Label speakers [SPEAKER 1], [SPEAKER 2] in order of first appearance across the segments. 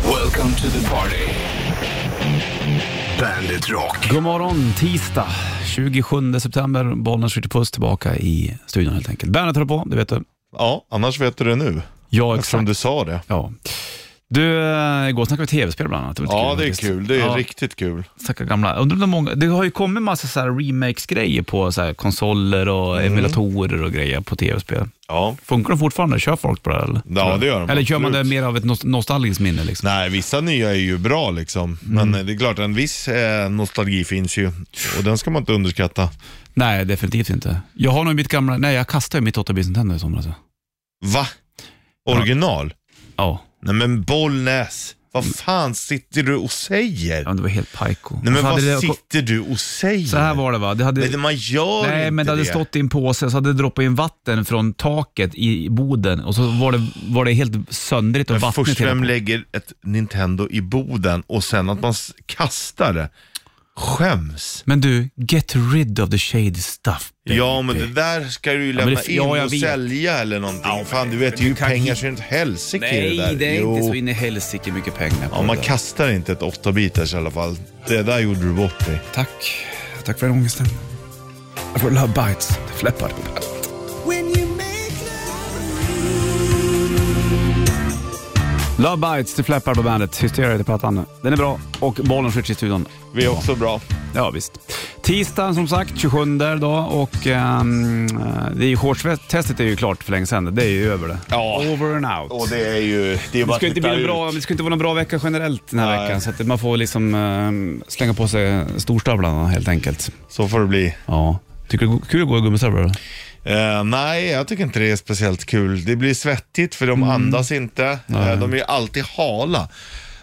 [SPEAKER 1] Welcome to the party. Bandit Rock.
[SPEAKER 2] God morgon, tisdag 27 september. Bollnäs skjuter puss tillbaka i studion helt enkelt. Bandet håller på, det vet du.
[SPEAKER 3] Ja, annars vet du det nu.
[SPEAKER 2] Ja,
[SPEAKER 3] Eftersom
[SPEAKER 2] exakt.
[SPEAKER 3] du sa det.
[SPEAKER 2] Ja. Du, eh, igår snackade vi tv-spel bland annat. var lite
[SPEAKER 3] Ja, det är
[SPEAKER 2] faktiskt.
[SPEAKER 3] kul. Det är
[SPEAKER 2] Ja,
[SPEAKER 3] riktigt kul.
[SPEAKER 2] snacka gamla. Undrar om det, är många, det har ju kommit massa så här remakes-grejer på så här konsoler och
[SPEAKER 3] Mm.
[SPEAKER 2] emulatorer och grejer på tv-spel.
[SPEAKER 3] Ja.
[SPEAKER 2] Funkar de fortfarande? Kör folk på det här, eller?
[SPEAKER 3] Ja,
[SPEAKER 2] Tror du?
[SPEAKER 3] det gör de,
[SPEAKER 2] Eller kör man det
[SPEAKER 3] absolut.
[SPEAKER 2] mer av ett nos- nostalgiskt minne liksom?
[SPEAKER 3] Nej, vissa nya är ju bra liksom. Men
[SPEAKER 2] Mm.
[SPEAKER 3] eh, det är klart, en viss eh, nostalgi finns ju. Och den ska man inte underskatta.
[SPEAKER 2] Nej, definitivt inte. Jag har nog mitt gamla, nej jag kastade ju mitt 8 bits Nintendo i somras. ja.
[SPEAKER 3] Va? Original?
[SPEAKER 2] Ja,
[SPEAKER 3] Nej men Bollnäs, vad fan sitter du och säger?
[SPEAKER 2] Mm. ja, men det var helt pajko.
[SPEAKER 3] Nej men
[SPEAKER 2] Så
[SPEAKER 3] vad
[SPEAKER 2] hade det-
[SPEAKER 3] sitter du och säger?
[SPEAKER 2] Så här var det va? Det hade,
[SPEAKER 3] Nej, man gör
[SPEAKER 2] nej,
[SPEAKER 3] inte
[SPEAKER 2] men det hade stått i en påse så hade det droppat in vatten från taket i boden och så var det, var det helt söndrigt och
[SPEAKER 3] Men
[SPEAKER 2] vattnet
[SPEAKER 3] först vem
[SPEAKER 2] hela-
[SPEAKER 3] lägger ett Nintendo i boden och sen att man s- kastar det? Skäms.
[SPEAKER 2] Men du, get rid of the shady stuff. baby.
[SPEAKER 3] Ja, men det där ska du ju
[SPEAKER 2] men
[SPEAKER 3] lämna
[SPEAKER 2] det-
[SPEAKER 3] in
[SPEAKER 2] ja, jag
[SPEAKER 3] och
[SPEAKER 2] vet.
[SPEAKER 3] sälja eller någonting. Fan, du vet, det är ju
[SPEAKER 2] kan
[SPEAKER 3] pengar
[SPEAKER 2] inte-
[SPEAKER 3] så det är inte helsike i det där.
[SPEAKER 2] Nej, det är
[SPEAKER 3] Jo.
[SPEAKER 2] inte så in i helsike mycket pengar på
[SPEAKER 3] Ja, man
[SPEAKER 2] det där.
[SPEAKER 3] kastar inte ett 8-bitars i alla fall. Det där gjorde du bort dig.
[SPEAKER 2] Tack. Tack för den ångesten. Jag får Love Bites, det fläppar på bandet. Love Bites, det fläppar på bandet. Hysteria heter plattan. Den är bra och bollen skjuts i studion.
[SPEAKER 3] Vi är också bra.
[SPEAKER 2] Ja visst. Tisdagen som sagt, 27 idag och ehm, det är ju shortstestet är ju klart för länge sedan. Det är ju över det.
[SPEAKER 3] Ja.
[SPEAKER 2] Over and out.
[SPEAKER 3] Och det är ju... Det är bara
[SPEAKER 2] Det
[SPEAKER 3] att
[SPEAKER 2] ska, inte bli
[SPEAKER 3] titta
[SPEAKER 2] någon
[SPEAKER 3] ut.
[SPEAKER 2] bra, det ska inte vara någon bra vecka generellt den här
[SPEAKER 3] Nej.
[SPEAKER 2] veckan, så att man får liksom ehm, slänga på sig storstövlarna helt enkelt.
[SPEAKER 3] Så får det bli.
[SPEAKER 2] Ja. Tycker du det är kul att gå i gummistövlar? eller?
[SPEAKER 3] Eh, nej, jag tycker inte det är speciellt kul. Det blir svettigt för
[SPEAKER 2] Mm.
[SPEAKER 3] de andas inte. Eh, de är ju alltid hala.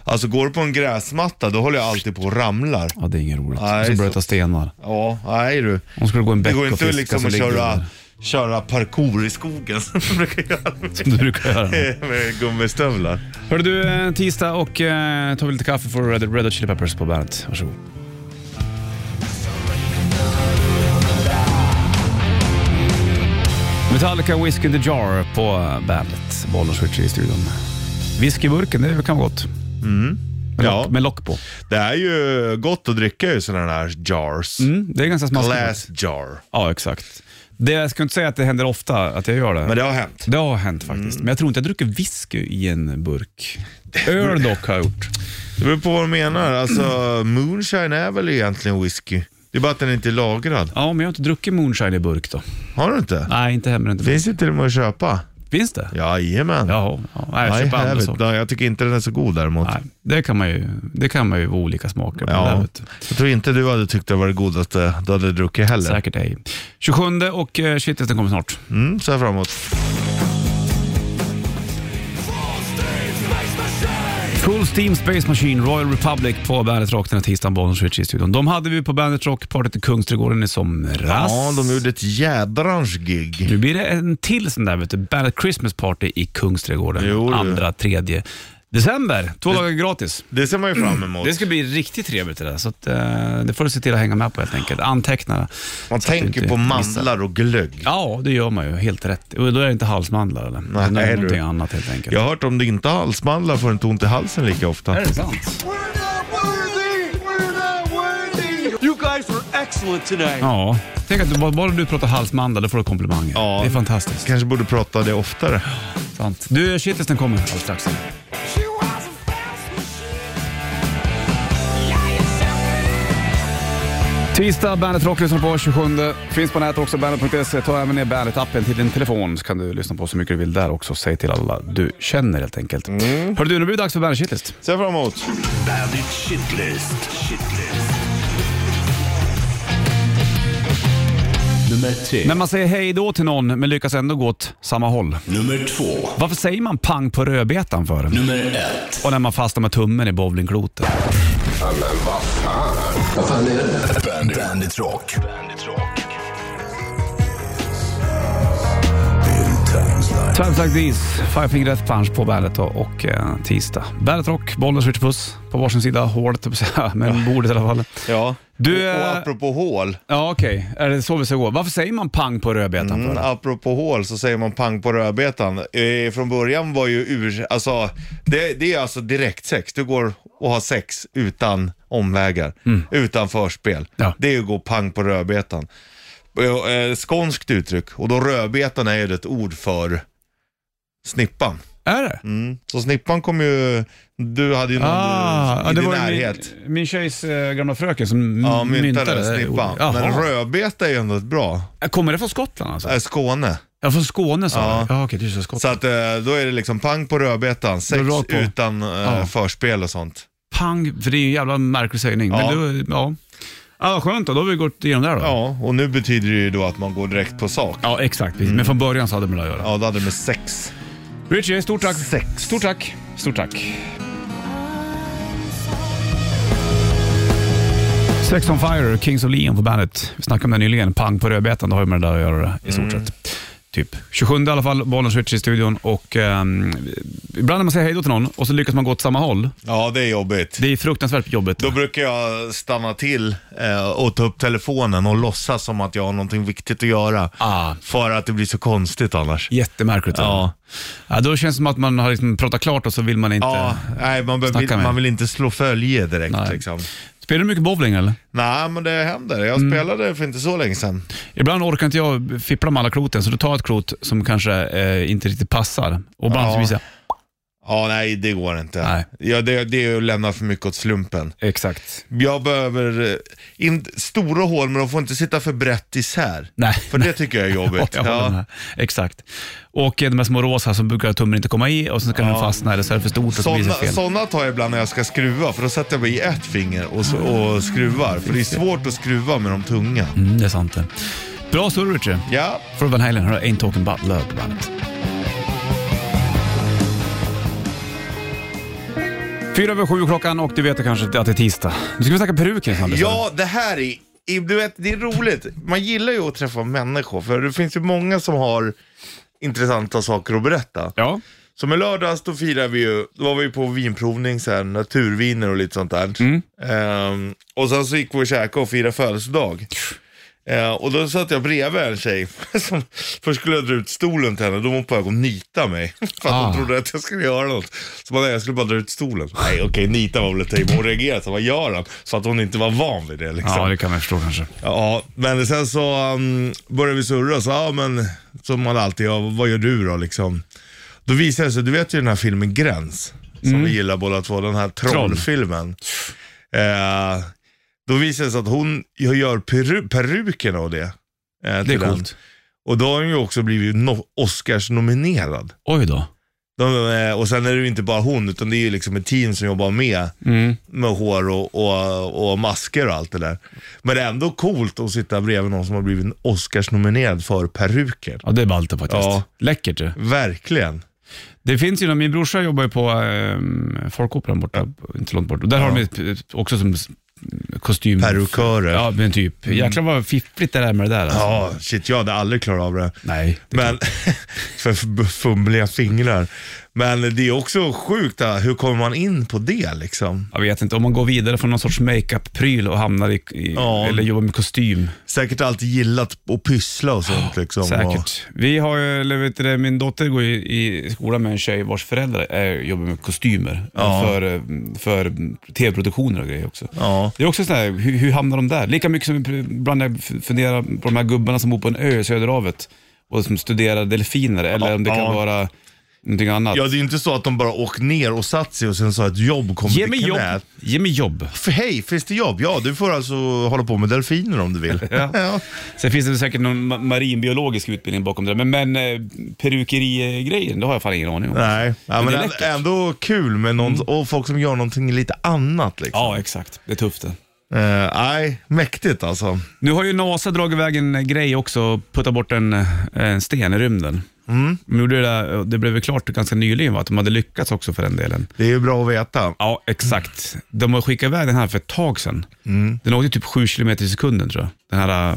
[SPEAKER 3] Alltså går du på en gräsmatta, då håller jag alltid på och ramlar.
[SPEAKER 2] Ja, det är inget roligt.
[SPEAKER 3] Nej,
[SPEAKER 2] Och så bröta
[SPEAKER 3] så-
[SPEAKER 2] stenar.
[SPEAKER 3] Ja, nej du.
[SPEAKER 2] Om skulle gå i en
[SPEAKER 3] Det
[SPEAKER 2] bäck
[SPEAKER 3] går
[SPEAKER 2] och
[SPEAKER 3] inte
[SPEAKER 2] fiska
[SPEAKER 3] liksom
[SPEAKER 2] så
[SPEAKER 3] att
[SPEAKER 2] ligger du
[SPEAKER 3] köra,
[SPEAKER 2] där.
[SPEAKER 3] köra parkour i skogen som de brukar göra med,
[SPEAKER 2] Som du brukar göra.
[SPEAKER 3] med gummistövlar.
[SPEAKER 2] Hörru du, eh, tisdag och eh, tar vi lite kaffe för Red, Red Hot Chili Peppers på bandet. Varsågod. Metallica Whiskey in the Jar på bandet. Bollen switcher i studion. Whiskyburken, det kan vara gott. Med,
[SPEAKER 3] Mm. Ja.
[SPEAKER 2] lock, med lock på.
[SPEAKER 3] Det är ju gott att dricka i sådana här jars.
[SPEAKER 2] Mm, det är ganska smaskigt.
[SPEAKER 3] Glass jar.
[SPEAKER 2] Ja, exakt. Det, jag ska inte säga att det händer ofta att jag gör det.
[SPEAKER 3] Men det har Mm. hänt.
[SPEAKER 2] Det har hänt faktiskt, men jag tror inte jag dricker whisky i en burk. Öl dock har jag gjort.
[SPEAKER 3] Det beror på vad du menar. Alltså, moonshine är väl egentligen whisky? Det är bara att den inte är lagrad.
[SPEAKER 2] Ja, men jag har inte druckit moonshine i burk då.
[SPEAKER 3] Har du inte?
[SPEAKER 2] Nej, inte hemma. Inte.
[SPEAKER 3] Finns det till och med att köpa?
[SPEAKER 2] Finns det?
[SPEAKER 3] Jajamän.
[SPEAKER 2] Jaha, ja, nej, jag
[SPEAKER 3] I
[SPEAKER 2] köper
[SPEAKER 3] have
[SPEAKER 2] andra
[SPEAKER 3] it.
[SPEAKER 2] saker.
[SPEAKER 3] Nej, jag tycker inte den är så god däremot.
[SPEAKER 2] Nej, det kan man ju, det kan man ju vara olika smaker på. Där,
[SPEAKER 3] Ja.
[SPEAKER 2] vet du.
[SPEAKER 3] Jag tror inte du hade tyckt det var det godaste du hade druckit heller.
[SPEAKER 2] Säkert ej. 27 och eh, shitlisten kommer snart.
[SPEAKER 3] Mm, så här framåt.
[SPEAKER 2] Full Steam Space Machine, Royal Republic på Bandet Rock den här tisdagen, Bonus Switch i studion. De hade vi på Bandet Rock, partiet i Kungsträdgården i somras.
[SPEAKER 3] Ja, de gjorde ett jädrans gig.
[SPEAKER 2] Nu blir det en till sån där, vet du, Bandet Christmas Party i Kungsträdgården.
[SPEAKER 3] Jo, du.
[SPEAKER 2] andra, tredje december. Två dagar gratis.
[SPEAKER 3] Det ser man ju fram emot.
[SPEAKER 2] Mm. Det ska bli riktigt trevligt det där, så att, eh, det får du se till att hänga med på helt enkelt. Anteckna.
[SPEAKER 3] Man
[SPEAKER 2] så att du
[SPEAKER 3] tänker
[SPEAKER 2] inte
[SPEAKER 3] på
[SPEAKER 2] missar.
[SPEAKER 3] mandlar och glögg.
[SPEAKER 2] Ja, det gör man ju. Helt rätt. Och då är det inte halsmandlar eller?
[SPEAKER 3] Nej,
[SPEAKER 2] Utan det
[SPEAKER 3] du.
[SPEAKER 2] är någonting annat helt enkelt.
[SPEAKER 3] Jag har hört om det inte är halsmandlar får du inte ont i halsen lika ofta.
[SPEAKER 2] Är det sant?
[SPEAKER 4] You guys were excellent tonight.
[SPEAKER 2] Ja. Tänk att du, bara, bara du pratar halsmandlar, då får du komplimanger.
[SPEAKER 3] Ja.
[SPEAKER 2] Det är fantastiskt.
[SPEAKER 3] Kanske borde prata det oftare.
[SPEAKER 2] Sant. Du, shitlisten kommer alldeles strax.
[SPEAKER 5] She was a fast machine. Yeah, you sound good.
[SPEAKER 2] Tisdag, Bandet Rock lyssnar på 27. Finns på nätet också, bandet.se. Ta även ner Bandet-appen till din telefon så kan du lyssna på så mycket du vill där också. Säg till alla du känner helt enkelt. Hörru du, nu blir det dags för Bandet Shitlist.
[SPEAKER 3] Ser fram emot.
[SPEAKER 1] Bandit Shitlist. Shitlist. Nummer tre.
[SPEAKER 2] När man säger hej då till någon men lyckas ändå gå åt samma håll.
[SPEAKER 1] Nummer två.
[SPEAKER 2] Varför säger man pang på rödbetan för?
[SPEAKER 1] Nummer ett.
[SPEAKER 2] Och när man fastnar med tummen i bowlingklotet.
[SPEAKER 1] Bandit, Bandit Rock. Bandit Rock. In times like
[SPEAKER 2] Times like these, Five Finger Death Punch på bandet då, och eh, tisdag. Bandet Rock, Bollnäs Ritchie Puss på varsin sida hålet, höll jag på att säga, men bordet i alla fall.
[SPEAKER 3] Ja.
[SPEAKER 2] Du,
[SPEAKER 3] och, och
[SPEAKER 2] eh,
[SPEAKER 3] apropå hål,
[SPEAKER 2] Ja okej, är det så vi ska gå? Varför säger man pang på rödbetan?
[SPEAKER 3] mm,
[SPEAKER 2] för?
[SPEAKER 3] apropå hål så säger man pang på rödbetan. Eh, från början var ju ur, alltså, det, det är alltså direkt sex. Du går och har sex utan omvägar, utan förspel.
[SPEAKER 2] Mm. Ja.
[SPEAKER 3] Det är ju att gå pang på rödbetan. Eh, eh, skånskt uttryck och då rödbetan är ju ett ord för snippan.
[SPEAKER 2] Är det?
[SPEAKER 3] Mm. Så snippan kom ju, du hade ju någon
[SPEAKER 2] Ah,
[SPEAKER 3] i
[SPEAKER 2] ja, det
[SPEAKER 3] din
[SPEAKER 2] var ju
[SPEAKER 3] närhet.
[SPEAKER 2] Min, min tjejs eh, gamla fröken som
[SPEAKER 3] Ja,
[SPEAKER 2] myntade,
[SPEAKER 3] myntade
[SPEAKER 2] det
[SPEAKER 3] snippan.
[SPEAKER 2] ordet.
[SPEAKER 3] Men
[SPEAKER 2] Jaha.
[SPEAKER 3] rödbeta är ju ändå ett bra.
[SPEAKER 2] Kommer det från Skottland alltså?
[SPEAKER 3] Äh, Skåne.
[SPEAKER 2] Ja, från Skåne sa
[SPEAKER 3] Ja.
[SPEAKER 2] du? Ja, okej, du sa Skottland.
[SPEAKER 3] Så att eh, då är det liksom pang på rödbetan, sex
[SPEAKER 2] rakt på.
[SPEAKER 3] utan eh,
[SPEAKER 2] Ja.
[SPEAKER 3] förspel och sånt.
[SPEAKER 2] Pang, för det är ju en jävla märklig sägning.
[SPEAKER 3] Ja.
[SPEAKER 2] Men du, ja. Ja, vad skönt då, då har vi gått igenom det här då.
[SPEAKER 3] Ja, och nu betyder det ju då att man går direkt på sak.
[SPEAKER 2] Ja, exakt.
[SPEAKER 3] Mm.
[SPEAKER 2] precis. Men från början så hade man det att göra.
[SPEAKER 3] Ja, då hade det med sex.
[SPEAKER 2] Richie, stort tack.
[SPEAKER 3] Sex.
[SPEAKER 2] Stort tack. Stort tack. Sex on Fire, Kings of Leon på bandet. Vi snackade om det nyligen. Pang på rödbetan, det har ju med det där att göra i stort sett. Typ. 27 i alla fall, Bollnäs Richie i studion och ehm, ibland när man säger hej då till någon och så lyckas man gå åt samma håll.
[SPEAKER 3] Ja, det är jobbigt.
[SPEAKER 2] Det är fruktansvärt jobbigt.
[SPEAKER 3] Då brukar jag stanna till eh, och ta upp telefonen och låtsas som att jag har någonting viktigt att göra.
[SPEAKER 2] Ah.
[SPEAKER 3] För att det blir så konstigt annars.
[SPEAKER 2] Jättemärkligt.
[SPEAKER 3] Ja.
[SPEAKER 2] ja. Då känns det som att man har liksom pratat klart och så vill man inte...
[SPEAKER 3] Ja, nej, man, be-
[SPEAKER 2] Snacka
[SPEAKER 3] vill,
[SPEAKER 2] med.
[SPEAKER 3] man vill inte slå följe direkt
[SPEAKER 2] Nej.
[SPEAKER 3] liksom.
[SPEAKER 2] Spelar du mycket bowling eller?
[SPEAKER 3] Nej, men det händer. Jag
[SPEAKER 2] Mm.
[SPEAKER 3] spelade för inte så länge sedan.
[SPEAKER 2] Ibland orkar inte jag fippla med alla kloten, så då tar jag ett klot som kanske eh, inte riktigt passar. Och bara
[SPEAKER 3] Ja.
[SPEAKER 2] ja. visa.
[SPEAKER 3] Ja, nej det går inte.
[SPEAKER 2] Nej.
[SPEAKER 3] Ja, det, det är att lämna för mycket åt slumpen.
[SPEAKER 2] Exakt.
[SPEAKER 3] Jag behöver eh, in, stora hål, men de får inte sitta för brett isär.
[SPEAKER 2] Nej.
[SPEAKER 3] För det tycker jag är jobbigt.
[SPEAKER 2] Jag håller med. Exakt. Och eh, de här små rosa som brukar tummen inte komma i och sen kan den fastna eller så är det för stort och så blir det
[SPEAKER 3] Sådana,
[SPEAKER 2] fel.
[SPEAKER 3] sådana tar jag ibland när jag ska skruva, för då sätter jag mig i ett finger och, så, och skruvar. För det är svårt att skruva med de tunga.
[SPEAKER 2] Mm, det är sant det. Bra surr Richard.
[SPEAKER 3] Ja,
[SPEAKER 2] Från Van Halen, hör Ain't Talking About Love på bandet. Fyra över sju klockan och du vet det kanske att det är tisdag. Nu ska vi snacka peruken Sanders.
[SPEAKER 3] ja det här är, i- du vet, det är roligt. Man gillar ju att träffa människor, för det finns ju många som har intressanta saker att berätta.
[SPEAKER 2] Ja.
[SPEAKER 3] Som i lördags då firade vi ju, då var vi på vinprovning sen, naturviner och lite sånt där. Ehm, och sen så gick vi och käkade och firade födelsedag. Eh, och då satt jag bredvid en tjej, som, först skulle jag dra ut stolen till henne, då var hon på väg att nita mig. För att
[SPEAKER 2] Ah.
[SPEAKER 3] hon trodde att jag skulle göra något. Så bara, nej, jag skulle bara dra ut stolen. Nej okej, nita var väl ett men hon reagerade så vad gör han? Så att hon inte var van vid det liksom.
[SPEAKER 2] ja, det kan man förstå kanske.
[SPEAKER 3] Ja, men sen så um, började vi surra så, ja men som man alltid gör, vad gör du då liksom? Då visade det sig, du vet ju den här filmen Gräns, som
[SPEAKER 2] Mm.
[SPEAKER 3] vi gillar båda två, den här trollfilmen. Eh, då visade det sig att hon gör peru- perukerna och det. eh,
[SPEAKER 2] Det är
[SPEAKER 3] till den.
[SPEAKER 2] coolt.
[SPEAKER 3] Och då har hon ju också blivit no- Oscars-nominerad.
[SPEAKER 2] Oj då.
[SPEAKER 3] De, eh, och sen är det ju inte bara hon, utan det är ju liksom ett team som jobbar med, med hår och, och, och masker och allt det där. Men det är ändå coolt att sitta bredvid någon som har blivit Oscars-nominerad för peruker.
[SPEAKER 2] Ja, det är ballt det faktiskt.
[SPEAKER 3] Ja.
[SPEAKER 2] Läckert du.
[SPEAKER 3] Verkligen.
[SPEAKER 2] Det finns ju, någon- min brorsa jobbar ju på eh, Folkoperan borta, inte långt bort. Och Där har de ett- ett- också som s- kostym...
[SPEAKER 3] Perukörer. Ja.
[SPEAKER 2] Ja, men typ.
[SPEAKER 3] Mm.
[SPEAKER 2] Jäklar vad fiffligt det där med det där. Alltså.
[SPEAKER 3] shit jag hade aldrig klarat av det.
[SPEAKER 2] Nej.
[SPEAKER 3] Men, för f- fumliga fingrar. Men det är också sjukt, det här. hur kommer man in på det liksom?
[SPEAKER 2] Jag vet inte, om man går vidare från någon sorts makeup-pryl och hamnar i, i
[SPEAKER 3] Ja.
[SPEAKER 2] eller jobbar med kostym.
[SPEAKER 3] Säkert alltid gillat att pyssla och sånt liksom. Och,
[SPEAKER 2] Säkert. Vi har ju, eller vet du det, min dotter går ju i skolan med en tjej vars föräldrar är, jobbar med kostymer
[SPEAKER 3] Ja.
[SPEAKER 2] för, eh, för tv-produktioner och grejer också.
[SPEAKER 3] ja.
[SPEAKER 2] Det är också sådär, hur, hur hamnar de där? Lika mycket som ibland när jag f- funderar på de här gubbarna som bor på en ö i Söderhavet och som studerar delfiner, eller om det kan
[SPEAKER 3] ja.
[SPEAKER 2] vara någonting annat.
[SPEAKER 3] Ja, det är ju inte så att de bara åkt ner och satt sig och sen sa att jobb kom
[SPEAKER 2] Ge
[SPEAKER 3] till
[SPEAKER 2] mig jobb!
[SPEAKER 3] knät.
[SPEAKER 2] Ge mig jobb!
[SPEAKER 3] För hej, finns det jobb? Ja, du får alltså hålla på med delfiner om du vill.
[SPEAKER 2] Ja.
[SPEAKER 3] Ja.
[SPEAKER 2] Sen finns det säkert någon ma- marinbiologisk utbildning bakom det där, men, men eh, perukerigrejen, det har jag fan ingen aning om.
[SPEAKER 3] Nej, ja,
[SPEAKER 2] Men
[SPEAKER 3] men
[SPEAKER 2] det är
[SPEAKER 3] ändå,
[SPEAKER 2] läckert. Mm.
[SPEAKER 3] ändå kul med någon, och folk som gör någonting lite annat. Liksom.
[SPEAKER 2] Ja, exakt. Det är tufft det.
[SPEAKER 3] Eh, nej, mäktigt alltså.
[SPEAKER 2] Nu har ju NASA dragit iväg en eh, grej också och puttat bort en, eh, en sten i rymden.
[SPEAKER 3] Mm.
[SPEAKER 2] De gjorde det, där, det blev väl klart ganska nyligen va? att de hade lyckats också för den delen. Mm.
[SPEAKER 3] Det är ju bra att veta.
[SPEAKER 2] Ja, exakt.
[SPEAKER 3] Mm.
[SPEAKER 2] De har skickat iväg den här för ett tag sedan. Den åkte typ 7 km i sekunden tror jag. Den här,
[SPEAKER 3] Det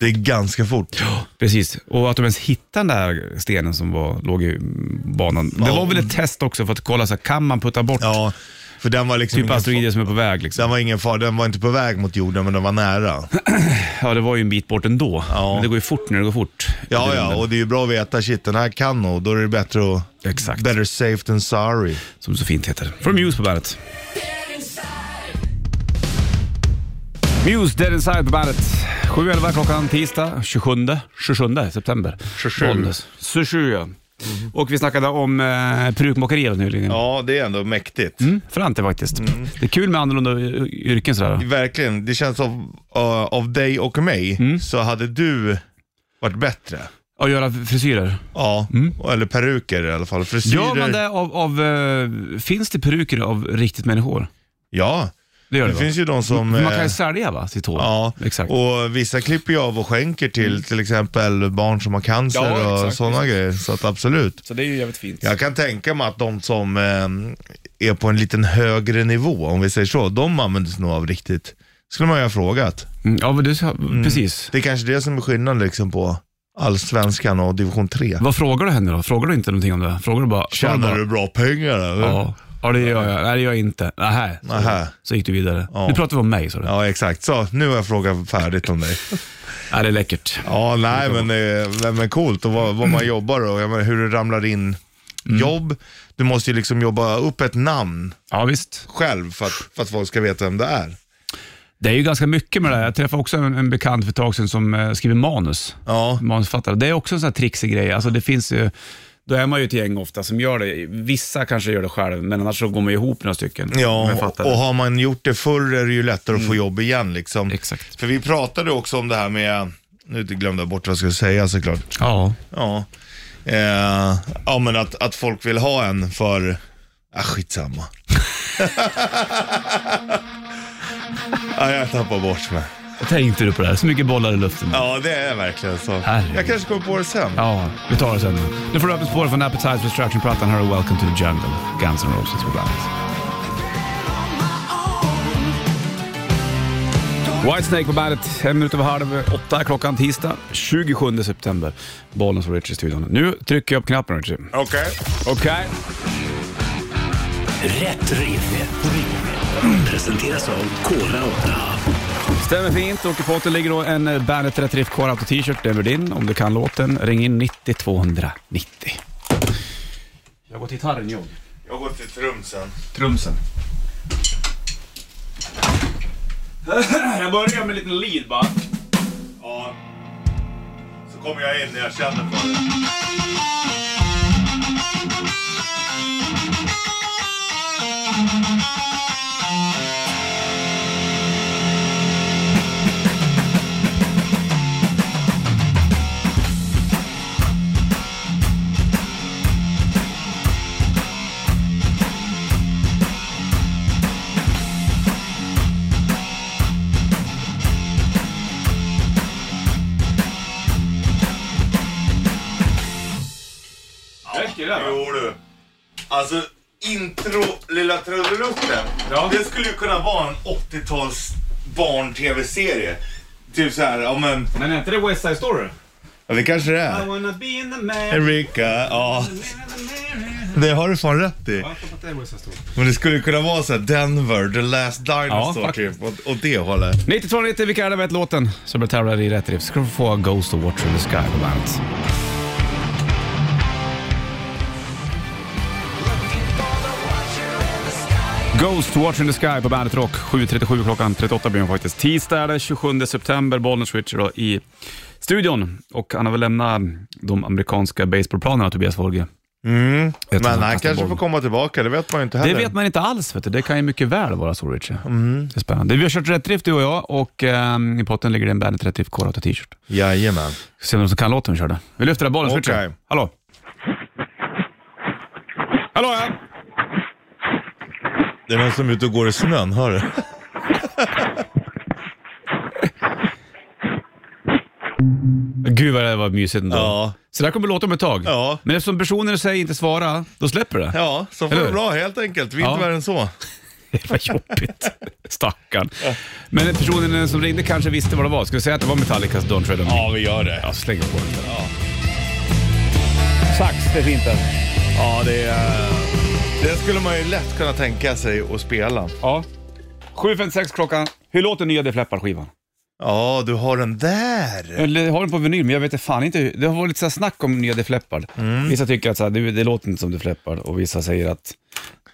[SPEAKER 3] Det är ganska fort.
[SPEAKER 2] Precis, och att de ens hittade den där stenen som var, låg i banan. Det
[SPEAKER 3] Ja.
[SPEAKER 2] var väl ett test också för att kolla, så här, kan man putta bort
[SPEAKER 3] Ja, för den var liksom
[SPEAKER 2] typ
[SPEAKER 3] ingen
[SPEAKER 2] asteroider som är på väg?
[SPEAKER 3] fa-
[SPEAKER 2] Liksom.
[SPEAKER 3] den var ingen far, den var inte på väg mot jorden men den var nära.
[SPEAKER 2] Ja, det var ju en bit bort ändå.
[SPEAKER 3] Ja.
[SPEAKER 2] Men det går ju fort när det går fort. i
[SPEAKER 3] Ja, ja,
[SPEAKER 2] rymden.
[SPEAKER 3] och det är ju bra att veta, shit den här kan nog, då är det bättre att...
[SPEAKER 2] Exakt.
[SPEAKER 3] Better safe than sorry.
[SPEAKER 2] Som så fint heter. Från Muse på bandet. Muse Dead Inside på bandet. 7.11 klockan tisdag 27, 27 september.
[SPEAKER 3] 27.
[SPEAKER 2] Bollnäs. 27 ja. Och vi snackade om eh, prukmakeriet nyligen.
[SPEAKER 3] Ja, Mm. det är ändå mäktigt.
[SPEAKER 2] Mm, Frante faktiskt. Det är kul med annorlunda y- yrken sådär.
[SPEAKER 3] Verkligen, det känns som eh, av dig och mig
[SPEAKER 2] Mm.
[SPEAKER 3] så hade du varit bättre.
[SPEAKER 2] Att göra frisyrer.
[SPEAKER 3] Ja, eller peruker i alla fall. Frisyrer.
[SPEAKER 2] Gör man Mm. det av, av eh, finns det peruker av riktigt människor?
[SPEAKER 3] Ja,
[SPEAKER 2] Det gör det,
[SPEAKER 3] det
[SPEAKER 2] va?
[SPEAKER 3] finns ju de som...
[SPEAKER 2] För Man
[SPEAKER 3] eh,
[SPEAKER 2] kan ju sälja va, sitt hår?
[SPEAKER 3] Ja,
[SPEAKER 2] Exakt. Mm.
[SPEAKER 3] och vissa klipper ju av och skänker till till exempel barn som har cancer
[SPEAKER 2] Ja,
[SPEAKER 3] och
[SPEAKER 2] exakt,
[SPEAKER 3] sådana grejer. Så att absolut.
[SPEAKER 2] så det är ju jävligt fint.
[SPEAKER 3] Jag kan tänka mig att de som eh, är på en liten högre nivå, om vi säger så, de använder sig nog av riktigt. skulle man ju ha frågat.
[SPEAKER 2] Mm, ja, men du, sa- precis.
[SPEAKER 3] Det är kanske det som är skillnaden liksom på allsvenskan och division 3.
[SPEAKER 2] Vad frågar du henne då? Frågar du inte någonting om det? Frågar du bara? frågar
[SPEAKER 3] Tjänar
[SPEAKER 2] bara,
[SPEAKER 3] du bra pengar eller?
[SPEAKER 2] Ja. ja, det gör jag. Nej, det gör jag inte. Nähä. Så,
[SPEAKER 3] Nähä.
[SPEAKER 2] så gick du vidare.
[SPEAKER 3] Ja.
[SPEAKER 2] Nu pratar vi om mig, sa du.
[SPEAKER 3] Ja, exakt. Så, nu har jag frågat färdigt om dig.
[SPEAKER 2] Ja, det är läckert.
[SPEAKER 3] Ja, nej men, eh, men coolt och vad, vad man jobbar och jag menar, hur det ramlar in
[SPEAKER 2] Mm.
[SPEAKER 3] jobb. Du måste ju liksom jobba upp ett namn
[SPEAKER 2] Ja, visst.
[SPEAKER 3] själv för att, för att folk ska veta vem det är.
[SPEAKER 2] Det är ju ganska mycket med det här. Jag träffade också en, en bekant för ett tag sedan som eh, skriver manus.
[SPEAKER 3] Ja,
[SPEAKER 2] Manusförfattare. Det är också en sån här trixig grej. Alltså, det finns ju, då är man ju ett gäng ofta som gör det. Vissa kanske gör det själv, men annars så går man ju ihop några stycken.
[SPEAKER 3] ja
[SPEAKER 2] Men fattar
[SPEAKER 3] och,
[SPEAKER 2] det.
[SPEAKER 3] har man gjort det förr är det ju lättare att få jobb igen. Liksom.
[SPEAKER 2] Mm. Exakt.
[SPEAKER 3] För vi pratade också om det här med, nu glömde jag bort vad jag skulle säga såklart.
[SPEAKER 2] Ja.
[SPEAKER 3] Ja, eh, ja men att, att folk vill ha en för, ah, skitsamma. ja, jag tappar bort mig.
[SPEAKER 2] Jag tänkte du på det här. Så mycket bollar i luften.
[SPEAKER 3] Ja, det är verkligen så.
[SPEAKER 2] Herregud.
[SPEAKER 3] Jag kanske kommer på det sen.
[SPEAKER 2] Ja, vi tar det sen. Nu får du öppet spår från Appetite for Destruction-plattan. Här är Welcome to the Jungle, Guns N' Roses på bandet. Whitesnake på bandet, en minut över halv åtta klockan tisdag 27 september. Bollen från Richie i studion. Nu trycker jag upp knappen Richie.
[SPEAKER 3] Okej.
[SPEAKER 2] Okej.
[SPEAKER 1] Rätt riff. Presenteras av Kora 8.
[SPEAKER 2] Stämmer fint och i potten ligger då en eh, Bandet Rätt Riff Core Auto T-shirt. Den är väl din om du kan låten. Ring in 90 290. Jag går till gitarren jag.
[SPEAKER 3] Jag går till trumsen.
[SPEAKER 2] Trumsen. Jag börjar med en liten lead bara.
[SPEAKER 3] Ja. Så kommer jag in när jag känner för det.
[SPEAKER 2] Räcker det? va?
[SPEAKER 3] Jo du. Alltså, intro Lilla Trudelutten.
[SPEAKER 2] Ja.
[SPEAKER 3] Det skulle ju kunna vara en 80-tals barn-tv-serie. Typ så här, ja men...
[SPEAKER 2] Men är inte det West Side Story?
[SPEAKER 3] Ja, det kanske det
[SPEAKER 2] I
[SPEAKER 3] är.
[SPEAKER 2] wanna be in the man.
[SPEAKER 3] Erika, ja. Det har du fan rätt i. Men det skulle ju kunna vara så här Denver, The Last Dinosaur
[SPEAKER 2] Ja,
[SPEAKER 3] typ. Åt, åt det hållet.
[SPEAKER 2] 9290, vilka är det vet låten som blir tävlar i rätt riff? Ska du få Ghost of Watcher in the Sky på bandet. Ghost Watch in the Sky på Bandet Rock. 7.37 klockan 38 blir den faktiskt. Tisdag är det 27 september, Bollnäs Switcher då i studion. Och han har väl lämnat de amerikanska baseballplanerna Tobias Forge. Jag tror
[SPEAKER 3] Mm. Men han
[SPEAKER 2] kastar
[SPEAKER 3] kanske
[SPEAKER 2] boll.
[SPEAKER 3] får komma tillbaka, det vet man ju inte
[SPEAKER 2] Det
[SPEAKER 3] heller.
[SPEAKER 2] vet man inte alls. Vet du. Det kan ju mycket väl vara så, Richie. Det är spännande. Vi har kört rätt drift, du och jag, och ehm, i potten ligger det en Bandet Rätt Drift Core Auto T-shirt.
[SPEAKER 3] Jajamän.
[SPEAKER 2] Ska se vem som kan låten vi körde. Vi lyfter den bollen,
[SPEAKER 3] Okej.
[SPEAKER 2] Richie. Hallå? Hallå ja!
[SPEAKER 3] Det är någon som är ute och går i snön, hör du?
[SPEAKER 2] Gud vad det var mysigt ändå.
[SPEAKER 3] Ja.
[SPEAKER 2] Så där kommer det låta om ett tag.
[SPEAKER 3] Ja.
[SPEAKER 2] Men eftersom personen i sig inte svarar, då släpper det.
[SPEAKER 3] Ja, så får
[SPEAKER 2] Eller
[SPEAKER 3] det
[SPEAKER 2] hur?
[SPEAKER 3] bra helt enkelt. Vi är
[SPEAKER 2] Ja.
[SPEAKER 3] inte värre än så.
[SPEAKER 2] Vad jobbigt. Stackarn. Men personen som ringde kanske visste vad det var. Ska vi säga att det var Metallicas Don't Tread On Me?
[SPEAKER 3] Ja, vi gör det.
[SPEAKER 2] Ja, släng på den.
[SPEAKER 6] Sax, det är fint det.
[SPEAKER 3] Ja, det, är- det skulle man ju lätt kunna tänka sig att spela.
[SPEAKER 2] Ja. 7.56 klockan. Hur låter nya Def Leppard-skivan?
[SPEAKER 3] Ja, du har den där.
[SPEAKER 2] Eller har den på vinyl, men jag vet inte fan inte. hur- Det har varit lite så här snack om nya Def Leppard. Vissa tycker att så här, det, det låter inte som Def Leppard och vissa säger att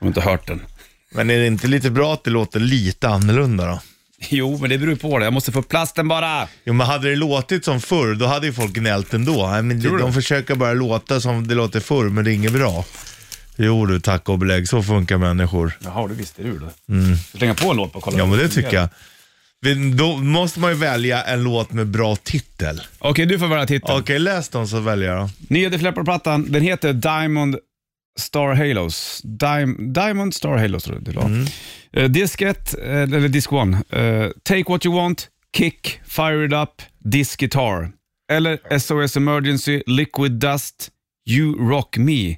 [SPEAKER 2] de inte har hört den.
[SPEAKER 3] Men är det inte lite bra att det låter lite annorlunda då?
[SPEAKER 2] Jo, men det beror på det. Jag måste få upp plasten bara.
[SPEAKER 3] Jo, men hade det låtit som förr, då hade ju folk gnällt ändå. Nej, men de, de försöker bara låta som det låter förr, men det är inget bra. Jo du, tack och belägg. Så funkar människor.
[SPEAKER 2] Jaha, det visste du det. Mm. Slänga på en låt och kolla.
[SPEAKER 3] Ja,
[SPEAKER 2] hur
[SPEAKER 3] men det
[SPEAKER 2] den
[SPEAKER 3] tycker
[SPEAKER 2] fungerar.
[SPEAKER 3] jag. Men Då måste man ju välja en låt med bra titel.
[SPEAKER 2] Okej, du får välja titeln.
[SPEAKER 3] Okej, läs den så väljer jag.
[SPEAKER 2] Nya Def Leppard-plattan, den heter Diamond Star Halos. Dim- Diamond Star Halos tror jag det var. Eh, disk 1, eller disk 1. Take What You Want, Kick, Fire It Up, Disc Guitar. Eller SOS Emergency, Liquid Dust, You Rock Me,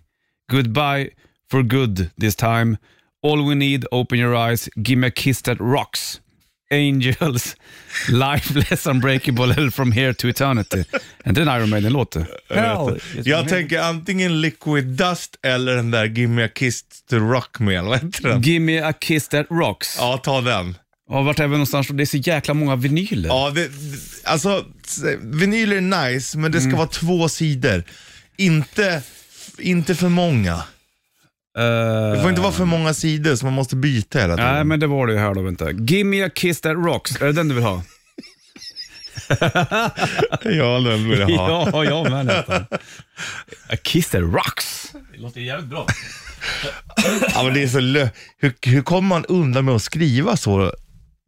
[SPEAKER 2] Goodbye for Good This Time, All We Need, Open Your Eyes, Gimme a Kiss That Rocks. Angels, Lifeless, Unbreakable eller From Here to Eternity. And then Iron Maiden-låt Hell,
[SPEAKER 3] Jag tänker antingen Liquid Dust eller den där Gimme a Kiss to Rock Me, eller vad heter den?
[SPEAKER 2] Gimme a kiss that rocks.
[SPEAKER 3] Ja, ta den.
[SPEAKER 2] Har varit även någonstans, det är så jäkla många vinyler.
[SPEAKER 3] Ja, det, alltså vinyl är nice, men det ska vara två sidor. Inte, inte för många.
[SPEAKER 2] Eh,
[SPEAKER 3] Det får inte vara för många sidor så man måste byta hela tiden.
[SPEAKER 2] nej, men det var det ju här då, vänta. Gimme a kiss that rocks, är det den du vill ha?
[SPEAKER 3] Ja, den vill jag ha.
[SPEAKER 2] ja, jag med nästan. A kiss that rocks. Det låter jävligt bra.
[SPEAKER 3] Ja, men det är så lö- hur, hur kommer man undan med att skriva så?